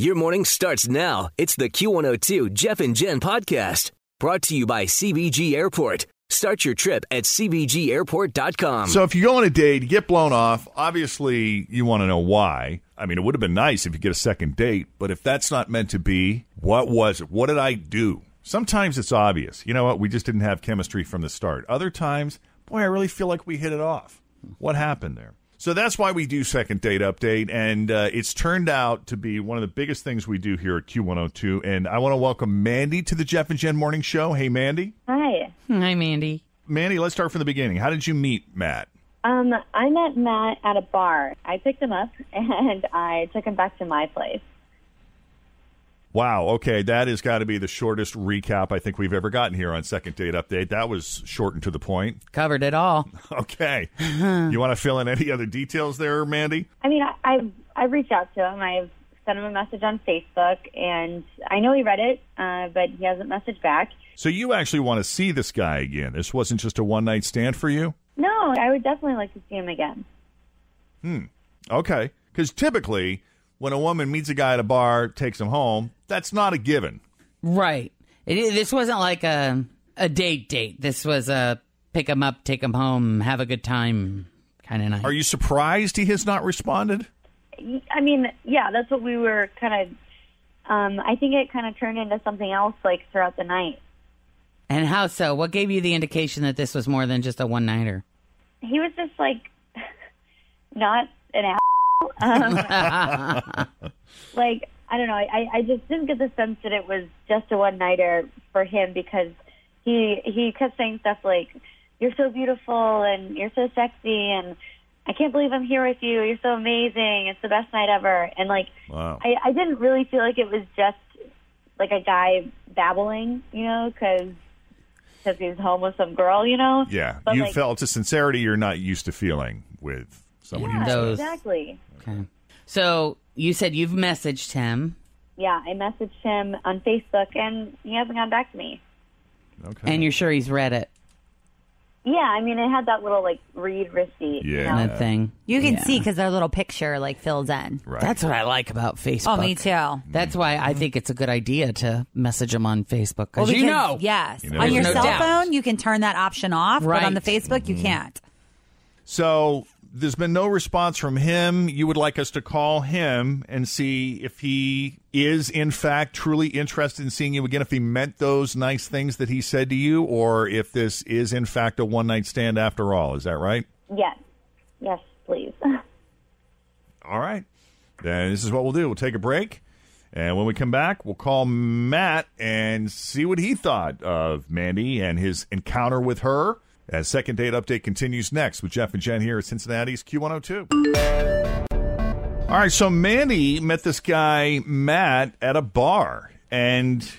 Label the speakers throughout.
Speaker 1: Your morning starts now. It's the Q102 Jeff and Jen podcast brought to you by CBG Airport. Start your trip at CBGAirport.com.
Speaker 2: So if you go on a date, you get blown off. Obviously, you want to know why. I mean, it would have been nice if you get a second date, but if that's not meant to be, what was it? What did I do? Sometimes it's obvious. You know what? We just didn't have chemistry from the start. Other times, boy, I really feel like we hit it off. What happened there? So that's why we do second date update, and uh, it's turned out to be one of the biggest things we do here at Q102. And I want to welcome Mandy to the Jeff and Jen Morning Show. Hey, Mandy.
Speaker 3: Hi.
Speaker 4: Hi, Mandy.
Speaker 2: Mandy, let's start from the beginning. How did you meet Matt?
Speaker 3: Um, I met Matt at a bar. I picked him up and I took him back to my place.
Speaker 2: Wow. Okay, that has got to be the shortest recap I think we've ever gotten here on Second Date Update. That was short and to the point.
Speaker 4: Covered it all.
Speaker 2: Okay. you want to fill in any other details there, Mandy?
Speaker 3: I mean, I, I've I've reached out to him. I've sent him a message on Facebook, and I know he read it, uh, but he hasn't messaged back.
Speaker 2: So you actually want to see this guy again? This wasn't just a one night stand for you?
Speaker 3: No, I would definitely like to see him again.
Speaker 2: Okay. Because typically, when a woman meets a guy at a bar, takes him home, that's not a given.
Speaker 4: Right. It, i- this wasn't like a a date date. This was a pick 'em up, take 'em home, have a good time kind of night.
Speaker 2: Are you surprised he has not responded?
Speaker 3: I mean, yeah, that's what we were kind of. Um, I think it kind of turned into something else, like throughout the night.
Speaker 4: and how so? What gave you the indication that this was more than just a one nighter?
Speaker 3: He was just like, not an ass. Um, like I don't know. I, I just didn't get the sense that it was just a one nighter for him because he he kept saying stuff like, "You're so beautiful and you're so sexy and I can't believe I'm here with you. You're so amazing. It's the best night ever." And like,
Speaker 2: Wow.
Speaker 3: I, I didn't really feel like it was just like a guy babbling, you know, because he was home with some girl, you know.
Speaker 2: Yeah.
Speaker 3: But,
Speaker 2: you
Speaker 3: like-
Speaker 2: felt a sincerity you're not used to feeling with someone you
Speaker 3: Yeah,
Speaker 4: Those-
Speaker 3: exactly.
Speaker 4: Okay. So you said you've messaged him,
Speaker 3: Yeah, I messaged him on Facebook, and he hasn't gotten back to me.
Speaker 2: Okay.
Speaker 4: and you're sure he's read it.
Speaker 3: Yeah, I mean, it had that little like read receipt. you
Speaker 2: Yeah.
Speaker 3: know?
Speaker 4: That thing.
Speaker 5: You can
Speaker 4: Yeah.
Speaker 5: see because their little picture like fills in.
Speaker 2: right.
Speaker 4: That's what I like about Facebook.
Speaker 5: Oh, me too. Well,
Speaker 4: That's why I think it's a good idea to message him on Facebook. Cause you
Speaker 5: because-
Speaker 4: know.
Speaker 5: yes.
Speaker 2: You know,
Speaker 5: on your
Speaker 4: there's no
Speaker 5: cell
Speaker 4: doubt.
Speaker 5: phone, you can turn that option off, but on the
Speaker 4: Right.
Speaker 5: Facebook, you can't.
Speaker 2: So there's been no response from him. You would like us to call him and see if he is, in fact, truly interested in seeing you again, if he meant those nice things that he said to you, or if this is, in fact, a one night stand after all. Is that right?
Speaker 3: Yes, yes, please.
Speaker 2: All right. Then this is what we'll do we'll take a break. And when we come back, we'll call Matt and see what he thought of Mandy and his encounter with her. As Second Date Update continues next with Jeff and Jen here at Cincinnati's Q102. All right, so Mandy met this guy, Matt, at a bar. And,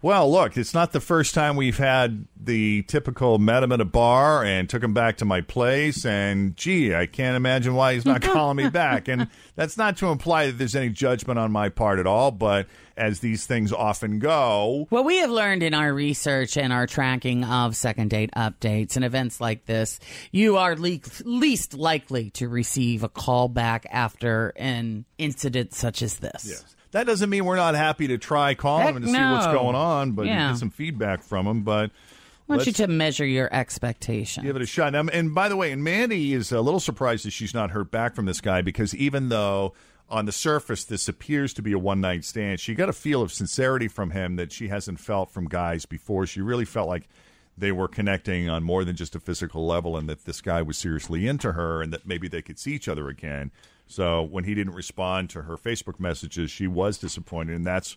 Speaker 2: well, look, it's not the first time we've had the typical met him at a bar and took him back to my place. And, gee, I can't imagine why he's not calling me back. And that's not to imply that there's any judgment on my part at all. But as these things often go,
Speaker 4: What we have learned in our research and our tracking of second date updates and events like this, you are le- least likely to receive a call back after an incident such as this.
Speaker 2: That doesn't mean we're not happy to try calling
Speaker 4: Heck
Speaker 2: him to see what's
Speaker 4: no.
Speaker 2: going on, but
Speaker 4: Yeah.
Speaker 2: get some feedback from him. But
Speaker 4: I want you
Speaker 2: Let's-
Speaker 4: to measure your expectation.
Speaker 2: Give it a shot. Now, and by the way, and Mandy is a little surprised that she's not heard back from this guy because even though on the surface, this appears to be a one night stand. She got a feel of sincerity from him that she hasn't felt from guys before. She really felt like they were connecting on more than just a physical level and that this guy was seriously into her and that maybe they could see each other again. So when he didn't respond to her Facebook messages, she was disappointed. And that's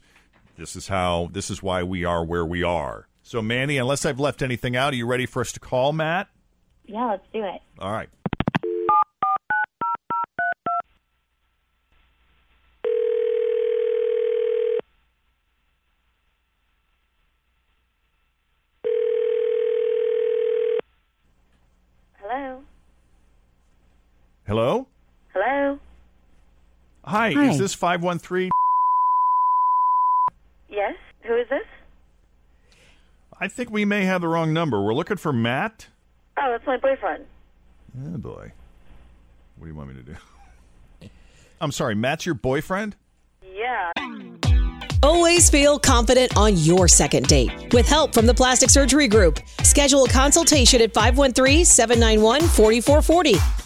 Speaker 2: this is how this is why we are where we are. So, Manny, unless I've left anything out, are you ready for us to call Matt?
Speaker 3: Yeah, let's do it.
Speaker 2: All right.
Speaker 3: Hello.
Speaker 2: Hello?
Speaker 3: Hello.
Speaker 2: Hi,
Speaker 4: Hi.
Speaker 2: is this 513?
Speaker 3: Yes. Who is this?
Speaker 2: I think we may have the wrong number. We're looking for Matt.
Speaker 3: Oh, that's my boyfriend.
Speaker 2: Oh, boy. What do you want me to do? I'm sorry, Matt's your boyfriend?
Speaker 3: Yeah.
Speaker 6: Always feel confident on your second date. With help from the Plastic Surgery Group, schedule a consultation at 513 791 4440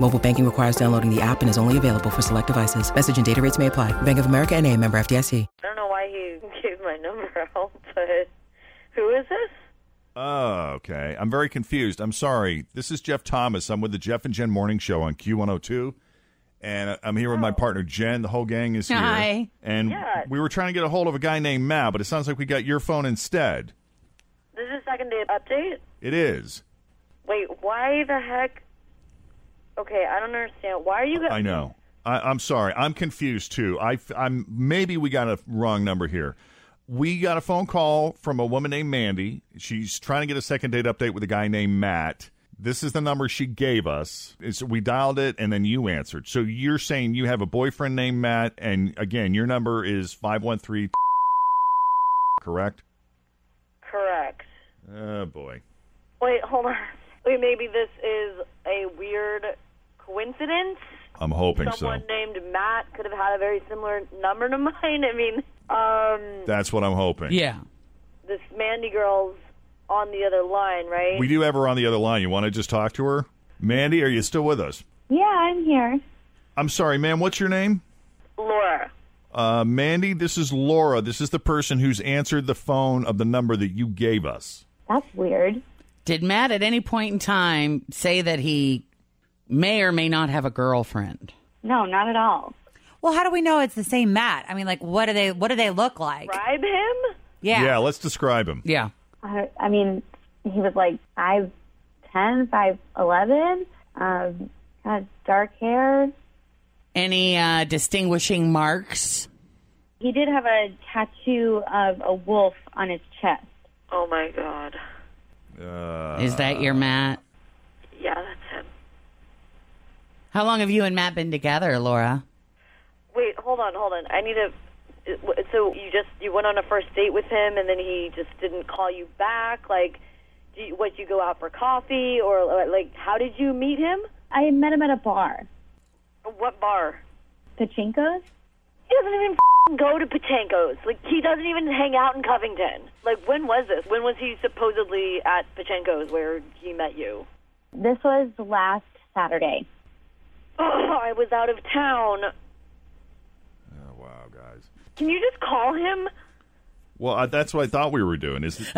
Speaker 7: Mobile banking requires downloading the app and is only available for select devices. Message and data rates may apply. Bank of America and a member FDIC.
Speaker 3: I don't know why he gave my number out, but who is this?
Speaker 2: Oh, okay. I'm very confused. I'm sorry. This is Jeff Thomas. I'm with the Jeff and Jen Morning Show on Q102. And I'm here with my partner, Jen. The whole gang is here.
Speaker 8: Hi.
Speaker 2: And
Speaker 3: Yeah.
Speaker 2: we were trying to get a hold of a guy named Matt, but it sounds like we got your phone instead.
Speaker 3: This is second date update.
Speaker 2: It is.
Speaker 3: Wait, why the heck? Okay, I don't understand. Why are you? Go-
Speaker 2: I know. I, I'm sorry. I'm confused too. I, am maybe we got a wrong number here. We got a phone call from a woman named Mandy. She's trying to get a second date update with a guy named Matt. This is the number she gave us. It's, we dialed it and then you answered. So you're saying you have a boyfriend named Matt, and again, your number is 513, correct?
Speaker 3: Correct.
Speaker 2: Oh, boy.
Speaker 3: Wait, hold on. Wait, maybe this is a weird coincidence.
Speaker 2: I'm hoping
Speaker 3: Someone
Speaker 2: so.
Speaker 3: named Matt could have had a very similar number to mine. I mean, um,
Speaker 2: That's what I'm hoping.
Speaker 4: Yeah.
Speaker 3: this Mandy girl's on the other line, right?
Speaker 2: We do have her on the other line. You want to just talk to her? Mandy, are you still with us?
Speaker 3: yeah, I'm here.
Speaker 2: I'm sorry, ma'am. What's your name?
Speaker 3: Laura.
Speaker 2: Uh, Mandy, this is Laura. This is the person who's answered the phone of the number that you gave us.
Speaker 3: That's weird.
Speaker 4: Did Matt at any point in time say that he may or may not have a girlfriend?
Speaker 3: No, not at all.
Speaker 8: Well, how do we know it's the same Matt? I mean, like, what do they? What do they look like?
Speaker 3: Bribe him?
Speaker 8: Yeah.
Speaker 2: let's describe him.
Speaker 4: Yeah.
Speaker 3: I, I mean, he was like five ten, five eleven, um, kind of dark hair.
Speaker 4: Any uh, distinguishing marks?
Speaker 3: He did have a tattoo of a wolf on his chest. Oh my god.
Speaker 2: Uh,
Speaker 4: Is that your Matt?
Speaker 3: Yeah, that's him.
Speaker 4: How long have you and Matt been together, Laura?
Speaker 3: Wait, hold on, hold on. I need to. So you just you went on a first date with him, and then he just didn't call you back. Like, do you, what? You go out for coffee, or like, how did you meet him? I met him at a bar. What bar? Pachinko's. He doesn't even f go to Pachinko's. Like, he doesn't even hang out in Covington. Like, when was this? When was he supposedly at Pachinko's where he met you? This was last Saturday. Oh, I was out of town.
Speaker 2: Oh, wow, guys.
Speaker 3: Can you just call him?
Speaker 2: Well, I, that's what I thought we were doing. Is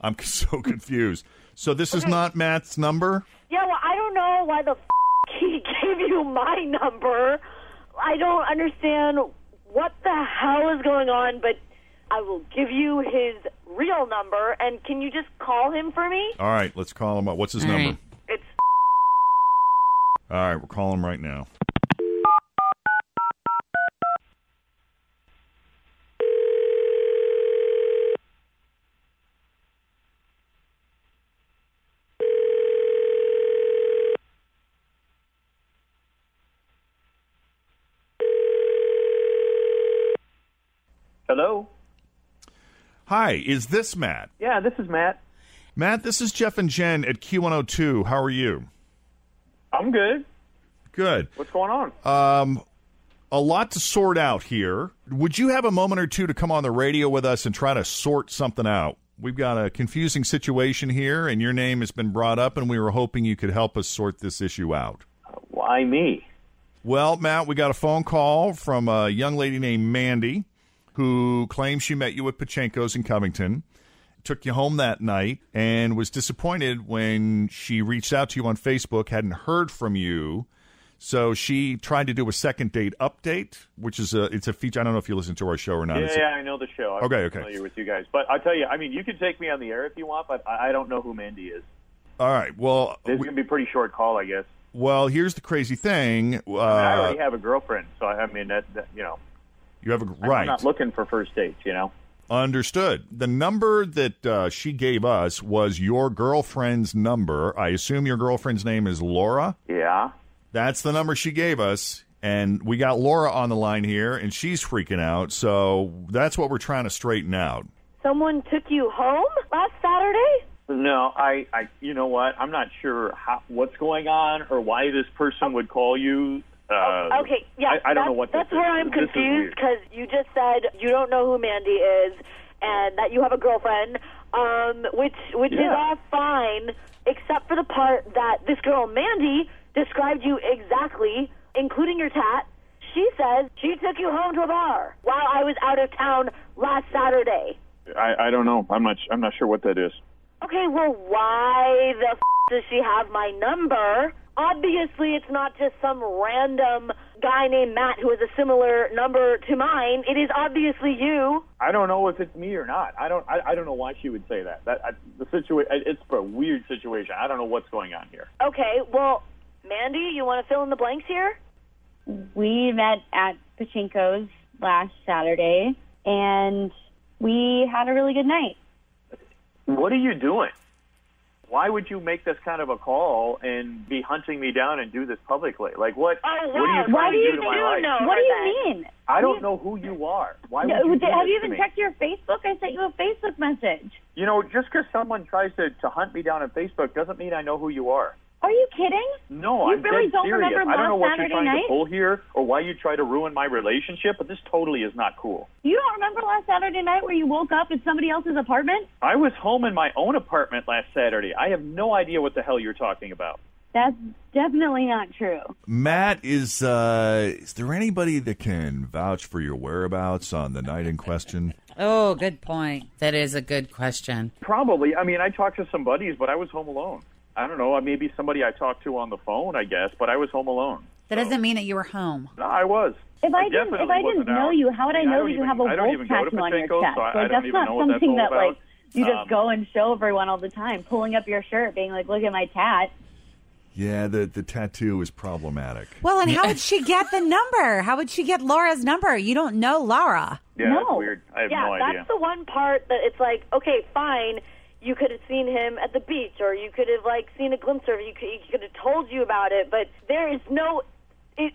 Speaker 2: I'm so confused. So this is not Matt's number.
Speaker 3: Yeah, well, I don't know why the f- he gave you my number. I don't understand what the hell is going on, but I will give you his real number. And can you just call him for me?
Speaker 2: All right, let's call him up. What's his
Speaker 4: All
Speaker 2: number?
Speaker 4: right.
Speaker 3: It's
Speaker 2: All right, we're calling him right now. Hi, is this Matt?
Speaker 7: Yeah, this is Matt.
Speaker 2: Matt, this is Jeff and Jen at Q102. How are you?
Speaker 7: I'm good.
Speaker 2: Good.
Speaker 7: What's going on?
Speaker 2: Um, a lot to sort out here. Would you have a moment or two to come on the radio with us and try to sort something out? We've got a confusing situation here, and your name has been brought up, and we were hoping you could help us sort this issue out.
Speaker 7: Why me?
Speaker 2: Well, Matt, we got a phone call from a young lady named Mandy who claims she met you at Pachenko's in Covington, took you home that night, and was disappointed when she reached out to you on Facebook, hadn't heard from you. So she tried to do a second date update, which is a it's a feature. I don't know if you listen to our show or not.
Speaker 7: yeah,
Speaker 2: It's a-
Speaker 7: yeah, I know the show. I'm
Speaker 2: Okay, okay.
Speaker 7: familiar with you guys. But I'll tell you, I mean, you can take me on the air if you want, but I, I don't know who Mandy is.
Speaker 2: All right. Well,
Speaker 7: This is going to be a pretty short call, I guess.
Speaker 2: well, here's the crazy thing. Uh,
Speaker 7: I, mean, I already have a girlfriend, so I, I mean, that, that you know,
Speaker 2: you have a
Speaker 7: I'm
Speaker 2: right.
Speaker 7: not looking for first dates, you know?
Speaker 2: Understood. The number that uh, she gave us was your girlfriend's number. I assume your girlfriend's name is Laura.
Speaker 7: Yeah.
Speaker 2: That's the number she gave us. And we got Laura on the line here, and she's freaking out. So that's what we're trying to straighten out.
Speaker 3: Someone took you home last Saturday?
Speaker 7: No, I, I, you know what? I'm not sure how, what's going on or why this person would call you. Uh,
Speaker 3: Oh, Okay, yeah.
Speaker 7: I, I
Speaker 3: that's-
Speaker 7: don't know what
Speaker 3: That's
Speaker 7: this
Speaker 3: where
Speaker 7: is.
Speaker 3: I'm
Speaker 7: This is
Speaker 3: confused
Speaker 7: weird.
Speaker 3: because you just said you don't know who Mandy is and that you have a girlfriend, um, which which is
Speaker 7: Yeah.
Speaker 3: all fine except for the part that this girl Mandy described you exactly, including your tat. She says she took you home to a bar while I was out of town last Saturday.
Speaker 7: I, I don't know. I'm not. I'm not sure what that is.
Speaker 3: Okay, well, why the f- does she have my number? Obviously, it's not just some random guy named Matt who has a similar number to mine. It is obviously you.
Speaker 7: I don't know if it's me or not. I don't. I, I don't know why she would say that. That I, the situation. It's a weird situation. I don't know what's going on here.
Speaker 3: Okay, well, Mandy, you want to fill in the blanks here?
Speaker 9: We met at Pachinko's last Saturday and we had a really good night.
Speaker 7: What are you doing? Why would you make this kind of a call and be hunting me down and do this publicly? Like what?
Speaker 3: Oh,
Speaker 7: what are you trying
Speaker 9: Why
Speaker 7: to
Speaker 9: do you
Speaker 7: do to my
Speaker 9: do
Speaker 7: life?
Speaker 9: know What do you mean?
Speaker 7: I don't know who you are. Why
Speaker 9: No,
Speaker 7: would you
Speaker 9: did-
Speaker 7: do
Speaker 9: have
Speaker 7: this
Speaker 9: you
Speaker 7: to
Speaker 9: even
Speaker 7: me?
Speaker 9: checked your Facebook? I sent you a Facebook message.
Speaker 7: You know, just because someone tries to, to hunt me down on Facebook doesn't mean I know who you are.
Speaker 9: Are you kidding?
Speaker 7: No,
Speaker 9: You
Speaker 7: I'm
Speaker 9: really
Speaker 7: dead
Speaker 9: don't
Speaker 7: serious.
Speaker 9: remember
Speaker 7: I don't know
Speaker 9: last
Speaker 7: what
Speaker 9: Saturday
Speaker 7: you're trying
Speaker 9: night?
Speaker 7: to pull here or why you try to ruin my relationship, but this totally is not cool.
Speaker 9: You don't remember last Saturday night where you woke up at somebody else's apartment?
Speaker 7: I was home in my own apartment last Saturday. I have no idea what the hell you're talking about.
Speaker 9: That's definitely not true.
Speaker 2: Matt, is uh, is there anybody that can vouch for your whereabouts on the night in question?
Speaker 4: Oh, good point. That is a good question.
Speaker 7: Probably. I mean, I talked to some buddies, but I was home alone. I don't know. Maybe somebody I talked to on the phone, I guess, but I was home alone.
Speaker 5: That doesn't mean that you were home.
Speaker 7: No, I was.
Speaker 9: If I didn't,
Speaker 7: definitely
Speaker 9: if I didn't
Speaker 7: wasn't
Speaker 9: know
Speaker 7: out.
Speaker 9: you, how would I
Speaker 7: I mean, I
Speaker 9: know
Speaker 7: don't
Speaker 9: that you
Speaker 7: even-
Speaker 9: have a
Speaker 7: I don't
Speaker 9: wolf
Speaker 7: even go to
Speaker 9: tattoo on your
Speaker 7: Pachinko's,
Speaker 9: chest?
Speaker 7: so I- I
Speaker 9: like
Speaker 7: don't
Speaker 9: that's
Speaker 7: even
Speaker 9: not
Speaker 7: know what that's
Speaker 9: something
Speaker 7: all
Speaker 9: that
Speaker 7: about.
Speaker 9: like you just
Speaker 7: Um,
Speaker 9: go and show everyone all the time, pulling up your shirt, being like, "Look at my tat."
Speaker 2: Yeah, the the tattoo is problematic.
Speaker 5: Well, and how would she get the number? How would she get Laura's number? You don't know Laura.
Speaker 7: Yeah, that's weird. I have
Speaker 3: yeah,
Speaker 7: no idea.
Speaker 3: that's the one part that it's like, okay, fine. You could have seen him at the beach, or you could have like seen a glimpse of. it. You could, he could have told you about it, but there is no. It.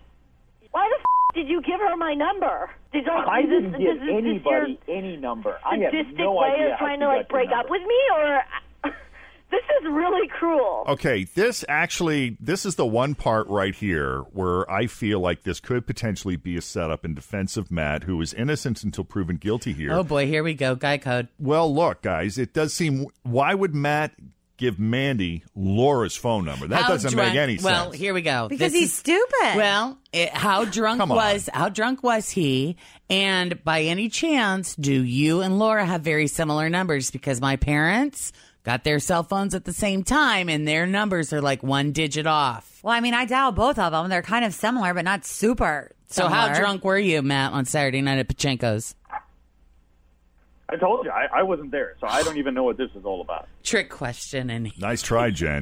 Speaker 3: Why the f- did you give her my number? Did like,
Speaker 7: I
Speaker 3: is this,
Speaker 7: didn't
Speaker 3: this,
Speaker 7: give
Speaker 3: is this your
Speaker 7: anybody any number. I have
Speaker 3: sadistic
Speaker 7: no
Speaker 3: way
Speaker 7: idea
Speaker 3: of
Speaker 7: how
Speaker 3: trying
Speaker 7: she
Speaker 3: to like
Speaker 7: got your
Speaker 3: break up
Speaker 7: number.
Speaker 3: with me, or this is really cruel.
Speaker 2: Okay, this actually, this is the one part right here where I feel like this could potentially be a setup in defense of Matt, who is innocent until proven guilty here.
Speaker 4: Oh boy, here we go. Guy code.
Speaker 2: Well, look, guys, it does seem. Why would Matt give Mandy Laura's phone number? That
Speaker 4: How
Speaker 2: doesn't
Speaker 4: drunk-
Speaker 2: make any
Speaker 4: Well,
Speaker 2: sense.
Speaker 4: here we go.
Speaker 5: Because
Speaker 4: This
Speaker 5: he's
Speaker 4: is-
Speaker 5: stupid.
Speaker 4: Well, it, how drunk
Speaker 2: Come on.
Speaker 4: was how drunk was he? And by any chance, do you and Laura have very similar numbers? Because my parents got their cell phones at the same time, and their numbers are like one digit off.
Speaker 5: Well, I mean, I dial both of them. They're kind of similar, but not super.
Speaker 4: So how
Speaker 5: similar.
Speaker 4: drunk were you, Matt, on Saturday night at Pachenko's?
Speaker 7: I told you I, I wasn't there, so I don't even know what this is all about.
Speaker 4: Trick question, and
Speaker 2: nice try, Jen.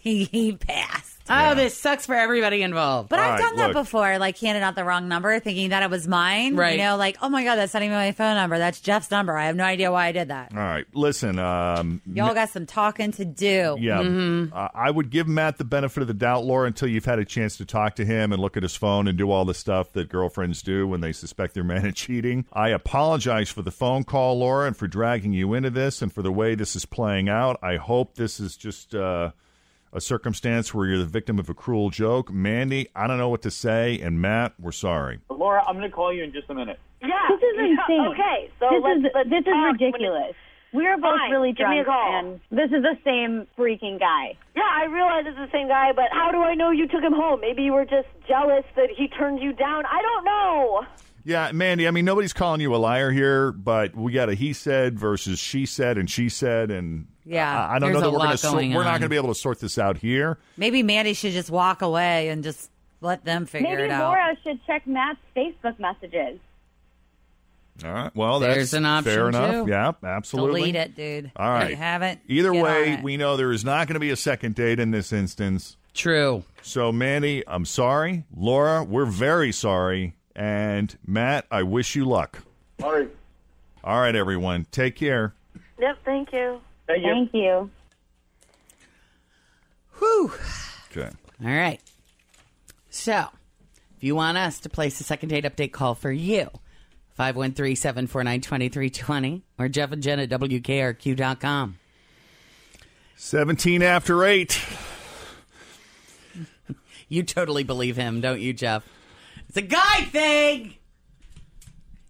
Speaker 5: He, he passed.
Speaker 4: Oh, this sucks for everybody involved.
Speaker 5: But I've done that before, like handed out the wrong number, thinking that it was mine.
Speaker 4: Right.
Speaker 5: You know, like, oh my god, that's not even my phone number. That's Jeff's number. I have no idea why I did that.
Speaker 2: All right, listen. Um,
Speaker 5: Y'all got some talking to do. Mm-hmm.
Speaker 2: Yeah, uh, I would give Matt the benefit of the doubt, Laura, until you've had a chance to talk to him and look at his phone and do all the stuff that girlfriends do when they suspect their man of cheating. I apologize for the phone call, Laura, and for dragging you into this and for the way this is playing out. I hope this is just uh, a circumstance where you're the victim of a cruel joke. Mandy, I don't know what to say, and Matt, we're sorry.
Speaker 7: Laura, I'm going to call you in just a minute.
Speaker 3: Yeah.
Speaker 9: This is
Speaker 3: yeah,
Speaker 9: insane.
Speaker 3: Okay. So
Speaker 9: This
Speaker 3: let's,
Speaker 9: is-
Speaker 3: let's
Speaker 9: this is
Speaker 3: talk when-
Speaker 9: ridiculous.
Speaker 3: We're both
Speaker 9: Fine,
Speaker 3: really
Speaker 9: give me a
Speaker 3: drunk,
Speaker 9: call.
Speaker 3: and this is the same freaking guy. Yeah, I realize it's the same guy, but how do I know you took him home? Maybe you were just jealous that he turned you down. I don't know.
Speaker 2: Yeah, Mandy, I mean, nobody's calling you a liar here, but we got a he said versus she said and she said, and
Speaker 5: Yeah,
Speaker 2: I, I don't
Speaker 5: there's
Speaker 2: know that
Speaker 5: a
Speaker 2: we're gonna
Speaker 5: lot
Speaker 2: sort-
Speaker 5: going
Speaker 2: we're not
Speaker 5: on.
Speaker 2: going to be able to sort this out here.
Speaker 5: Maybe Mandy should just walk away and just let them figure
Speaker 9: Maybe
Speaker 5: it out.
Speaker 9: Laura should check Matt's Facebook messages.
Speaker 2: All right. Well, that's
Speaker 4: There's an option,
Speaker 2: fair enough.
Speaker 4: too.
Speaker 2: Yeah, absolutely.
Speaker 5: Delete it, dude.
Speaker 2: All right.
Speaker 5: You have it.
Speaker 2: Either
Speaker 5: Get
Speaker 2: way,
Speaker 5: on it.
Speaker 2: we know there is not going to be a second date in this instance.
Speaker 4: True.
Speaker 2: So, Mandy, I'm sorry. Laura, we're very sorry. And Matt, I wish you luck.
Speaker 7: All right.
Speaker 2: All right, everyone. Take care.
Speaker 3: Yep. Thank you.
Speaker 7: Thank you.
Speaker 9: Thank you.
Speaker 4: Whew.
Speaker 2: Okay.
Speaker 4: All right. So, if you want us to place a second date update call for you, 513 749 2320 or Jeff and Jen at WKRQ.com.
Speaker 2: 17 after 8.
Speaker 4: You totally believe him, don't you, Jeff? It's a guy thing.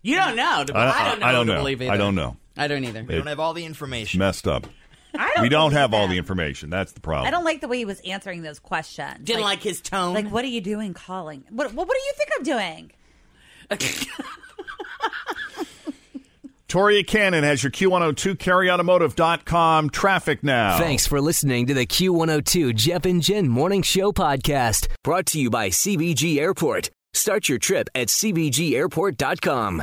Speaker 4: You don't know. To, I, don't know.
Speaker 2: I don't
Speaker 4: to
Speaker 2: know.
Speaker 4: believe either.
Speaker 2: I don't know.
Speaker 4: I don't either.
Speaker 2: We don't
Speaker 10: have all the information.
Speaker 2: It's messed up.
Speaker 5: don't
Speaker 2: we don't
Speaker 5: believe
Speaker 2: have all the information. That's the problem.
Speaker 5: I don't like the way he was answering those questions.
Speaker 4: Didn't like his tone.
Speaker 5: Like, what are you doing calling? What, what, what do you think I'm doing?
Speaker 2: Toria Cannon has your Q102 carryautomotive.com traffic now.
Speaker 11: Thanks for listening to the Q102 Jeff and Jen Morning Show podcast.
Speaker 1: Brought to you by CBG Airport. Start your trip at CBGAirport.com.